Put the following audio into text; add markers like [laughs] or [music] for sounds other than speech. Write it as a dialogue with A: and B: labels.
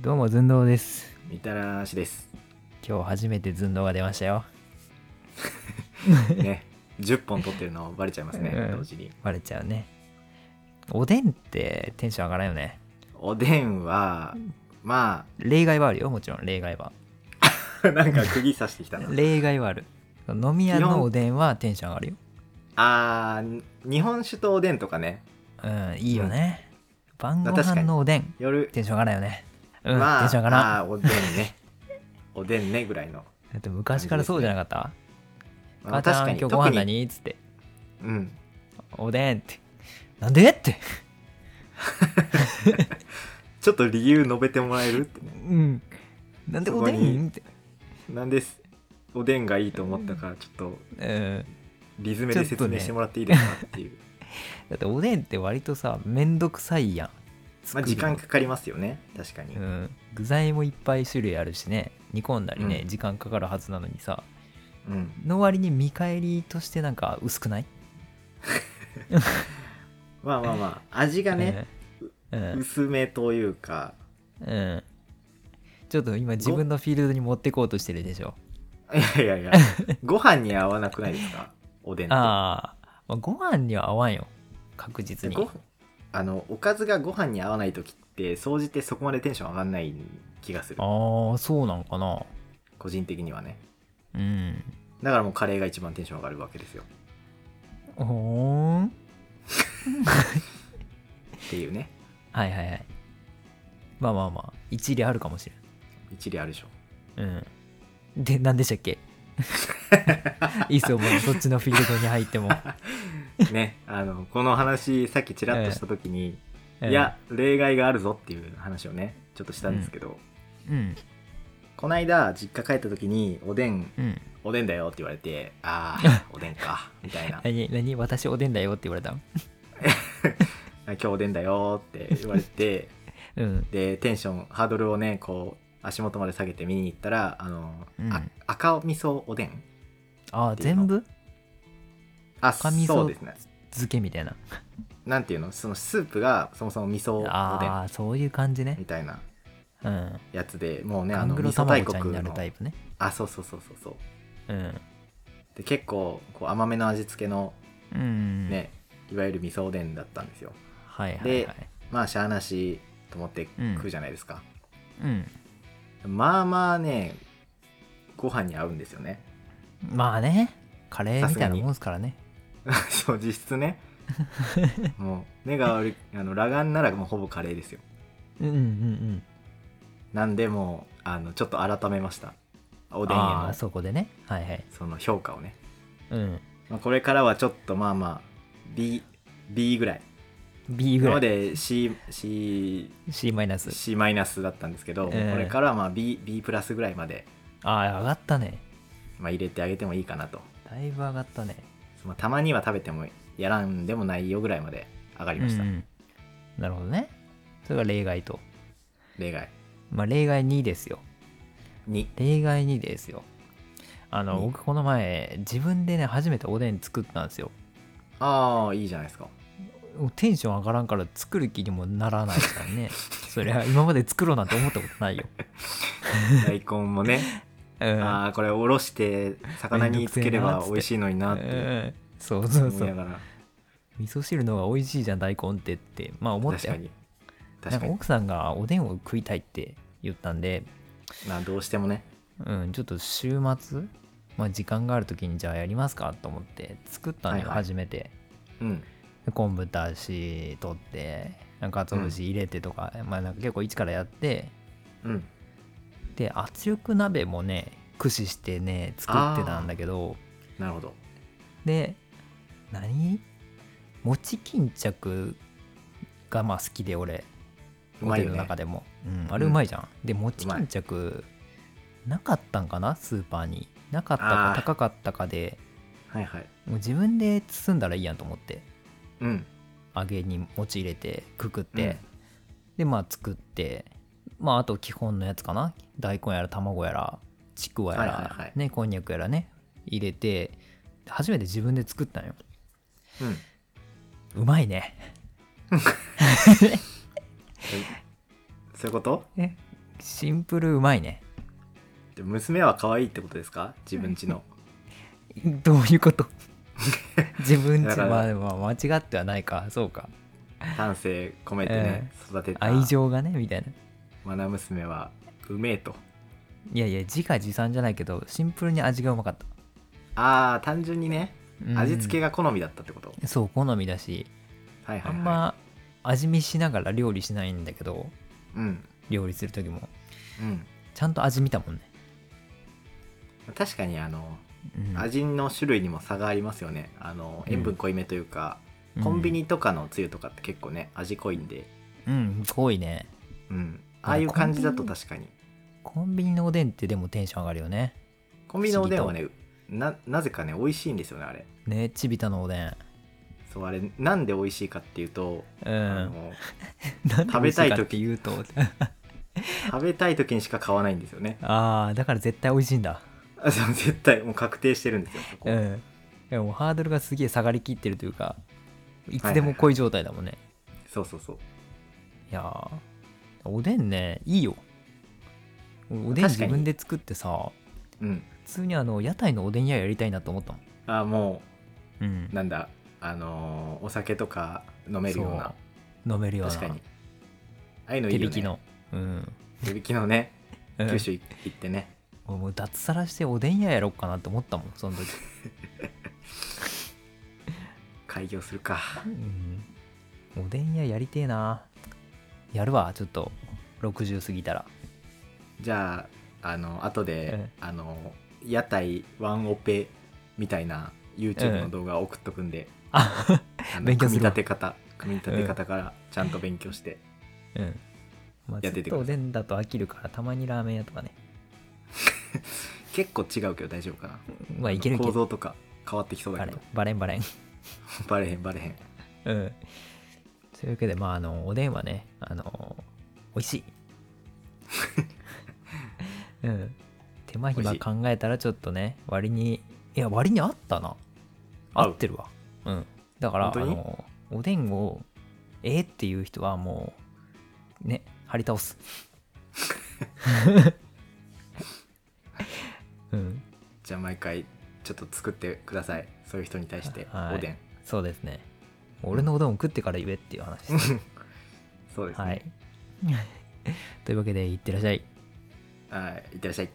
A: どうも寸胴です
B: みたらしです。
A: 今日初めて寸胴が出ましたよ [laughs]
B: ね。10本撮ってるのバレちゃいますね、
A: うん
B: 同時に。
A: バレちゃうねおでんってテンション上がらんよね
B: おでんは、ま
A: 例外はあるよもちろん例外は
B: あ、 [laughs] なんか釘刺してきたな。
A: 例外はある飲み屋
B: 基
A: の
B: 本
A: おでんはテンション上がるよ
B: あー、日本酒とおでんとかね、
A: うんいいよね、晩ご
B: まあ確か
A: 飯
B: に
A: のおでん
B: 夜、
A: テンション上がらんよねうん、
B: まあ、
A: テンション上がらん
B: あーおでんね。おでんねぐらい
A: [laughs]
B: の。
A: だって昔からそうじゃなかっ
B: ま
A: た、
B: あ
A: 母ちゃん今日ご飯
B: 特に
A: 何っつって
B: うん。
A: おでんってなんでって
B: ちょっと理由述べてもらえるってね。
A: うんなんでおで
B: そこに
A: んって
B: なんです。おでんがいいと思ったから、ちょっと
A: うん
B: リズムで説明してもらっていいですかっていう。
A: だっておでんって割とさめんどくさいやん
B: まあ、時間かかりますよね、確かに。
A: うん、具材もいっぱい種類あるしね煮込んだりね、
B: うん
A: 時間かかるはずなのにさ
B: うん。
A: の割に見返りとしてなんか薄くない
B: まあまあまあ、味がね、
A: うん、
B: 薄めというか、
A: うんうん、ちょっと今自分のフィールドに持ってこうとしてるでしょ
B: いやいやいや、
A: [laughs]
B: ご飯に合わなくないですかおでんって。
A: あー、まあご飯には合わんよ確実に
B: ごあの、おかずがご飯に合わない時って、総じてそこまでテンション上がんない気がする。
A: ああそうなんかな
B: 個人的にはね。
A: うん
B: だからもうカレーが一番テンション上がるわけですよ。
A: ほーん
B: っていうね。
A: はいはいはいまあまあまあ一理あるかもし
B: 一理あるでしょ。
A: れんうんで何でしたっ
B: [laughs]
A: けいいっすよもうそっちのフィールドに入っても
B: ね。あの、この話、さっきちらっとした時に、
A: うん
B: いや、例外があるぞっていう話をね、ちょっとしたんですけど、
A: うん
B: こないだ実家帰った時に、おでん、
A: うん
B: おでんだよって言われて、ああ、
A: [laughs]
B: おでんか、みたいな。
A: 何何私おでんだよって言われた
B: 今日おでんだよって言われて [laughs]
A: うん
B: でテンションハードルをねこう足元まで下げて見に行ったらあの、
A: うん
B: あ赤味噌おでん
A: ああ
B: っていうの
A: 全部
B: あ
A: 赤味噌
B: そうですね
A: 漬けみたいな
B: なんていうのそのスープがそもそも味噌おでん
A: ああそういう感じね
B: みたいな
A: うん
B: やつでもうね
A: ガ
B: あ
A: ン
B: の
A: グ
B: 味
A: ロ
B: 噌
A: 卵ち
B: 大
A: ゃんに
B: 国
A: なる
B: の
A: タイプね
B: あそうそうそうそうそう
A: うん
B: で結構こう甘めの味付けの
A: うん
B: ね、いわゆる味噌おでんだったんですよ
A: はいはいはい
B: まあしゃあなしと思って
A: うん
B: 食うじゃないですか、
A: うん
B: まあまあねご飯に合うんですよね
A: まあねカレーみたいなもんですからね
B: [laughs] そう実質
A: [laughs]
B: ねもう目が悪いあの裸眼ならもうほぼカレーですよ
A: うんうんうん
B: なんでもうあのちょっと改めましたお
A: お
B: でんへ
A: あ
B: の
A: ーそこでねはいはい
B: その評価をね、
A: うん
B: まあ、これからはちょっとまあまあ B, B ぐらい
A: B ぐ
B: 今
A: ら
B: ま
A: い
B: で CC
A: C マイナス
B: マイナスだったんですけど、
A: ええ
B: これからはまあ B, B プラスぐらいまで、
A: ああ上がったね
B: まあ、入れてあげてもいいかなと、
A: だいぶ上がったね
B: まあ、たまには食べてもやらんでもないよぐらいまで上がりました、
A: うんうんなるほどねそれが例外と
B: 例外
A: まあ例外2ですよ
B: 2
A: 例外にですよあの
B: うん
A: 僕この前自分でね初めておでん作ったんですよ
B: ああいいじゃない
A: [laughs]
B: ですか
A: もうテンション上がらんから作る気にもならないから
B: [laughs]
A: ねそりゃ今まで作ろうなんて思ったことないよ、
B: 大根もね
A: うん
B: [laughs] ああこれおろして魚につければ美味しいのになっ
A: う
B: て
A: んそうそう
B: 思
A: そ
B: いな
A: う
B: がら
A: 味噌汁の方が美味しいじゃん大根ってってまあ思っ
B: 確
A: た
B: か
A: よ
B: に
A: な
B: 確
A: ん
B: か
A: か
B: に
A: 奥さんがおでんを食いたいって言ったんで、
B: まあどうしてもね
A: うん、ちょっと週末、まあ、時間がある時にじゃあやりますかと思って作ったのよ、
B: はいはい
A: 初めて
B: うん
A: 昆布だし取ってかつお節入れてとか,、まあ、なんか結構一からやって
B: うん
A: で圧力鍋もね駆使してね作ってたんだけど
B: なるほど
A: で何餅巾着がまあ好きで俺
B: う
A: ホ
B: ま
A: テ
B: い
A: ル
B: よ
A: の
B: ね
A: 中でも、うん、あれうまいじゃん、で餅
B: うま
A: 巾
B: い
A: 着なかったんかなスーパーになかった
B: あ
A: か
B: ー
A: 高かったかで
B: はいはい
A: もう自分で包んだらいいやんと思って
B: うん
A: 揚げに餅入れてくくって、
B: うん
A: でまあ作ってまああと基本のやつかな大根やら卵やらちくわやら、
B: はいはいはい
A: ねこんにゃくやらね入れて初めて自分で作ったんよ
B: うん
A: うまいね
B: そういうこと
A: えシンプルうまいね
B: で娘は可愛いってことですか自分
A: [laughs]
B: ちの
A: どういうこと
B: [laughs]
A: 自分
B: だ
A: ち
B: から
A: まあでも間違ってはないかそうか
B: 丹精込めてね、育てた
A: 愛情がねみたいな
B: マナ娘はうめえと
A: いやいや自画自賛じゃないけどシンプルに味がうまかった
B: あー単純にね
A: うん
B: 味付けが好みだったってこと、
A: そう好みだし
B: はいはい、
A: あ
B: はい、
A: んま味見しながら料理しないんだけど
B: うん
A: 料理する時も
B: うん
A: ちゃんと味見たもんね、
B: 確かにあの
A: うん
B: 味の種類にも差がありますよねあの
A: うん
B: 塩分濃いめというか、
A: うん
B: コンビニとかのつゆとかって結構ね味濃いんで
A: うん濃いね
B: うんああいう感じだと確かに
A: コンビニのおでんってでもテンション上がるよね
B: コンビニのおでんはねななぜかね美味しいんですよねあれ
A: ねちびたのおでん
B: そうあれなんで美味しいかっていうと、
A: う
B: あ
A: ん
B: の
A: なんで
B: 食べたい時
A: 美味しかって言うと
B: 食べたい時にしか買わないんですよね [laughs]
A: ああだから絶対美味しいんだ
B: あそう絶対もう確定してるんですよそこ
A: うんでもハードルがすげえ下がりきってるというかいつでも濃い状態だもんね、
B: そうそうそう
A: いやーおでんねいいよおおでん
B: 確か
A: 自
B: に
A: 分で作ってさ
B: うん
A: 普通にあの屋台のおでん屋やりたいなと思ったもん
B: あも
A: うん
B: うなんだあのーお酒とか飲めるような
A: 飲めるような
B: 確かにああいうのい
A: 手引
B: いよね
A: きのうん、
B: 手引きのね
A: うん
B: 九州行ってね、
A: 俺もう脱サラしておでん屋やろうかなって思ったもんその時、
B: 開業するか
A: うん、おでん屋やりてえなやるわちょっと60過ぎ
B: [laughs]
A: たら
B: じゃああの後で、
A: うん
B: あの屋台ワンオペみたいな YouTube の動画を送っとくんで、
A: あ
B: あの
A: 勉強す
B: 組み
A: るわ
B: 立て方組み立て方からちゃんと勉強して、
A: うんまあ、ず
B: やって
A: って
B: ください
A: とおでんだと飽きるからたまにラーメン屋とかね
B: 結構違うけど大丈夫かな、
A: まあいけるいけ
B: 構
A: る
B: 造とか変わってきそう
A: バ
B: だ
A: レ
B: け
A: ン
B: ど
A: バレンバレン
B: バレへんバレへん
A: うん。というわけで、まあ、あの、おでんはね、あの、美味し
B: [laughs]
A: い。うん。手間
B: 美
A: 暇
B: 味しい
A: 考えたらちょっとね、割に、いや、割に合ったな。合ってるわ。うん。だから、あ
B: 本当に
A: の、おでんを、えー、っていう人はもう、ね、張り倒
B: [laughs]
A: す。うん。
B: じゃあ毎回ちょっと作ってくださいそういう人に対して
A: はい
B: おでん
A: そうですね。俺のおでんを食ってから言えっていう話です。
B: そうです
A: は
B: ね
A: [laughs] い。というわけで、いってらっしゃい。
B: はい、いってらっしゃい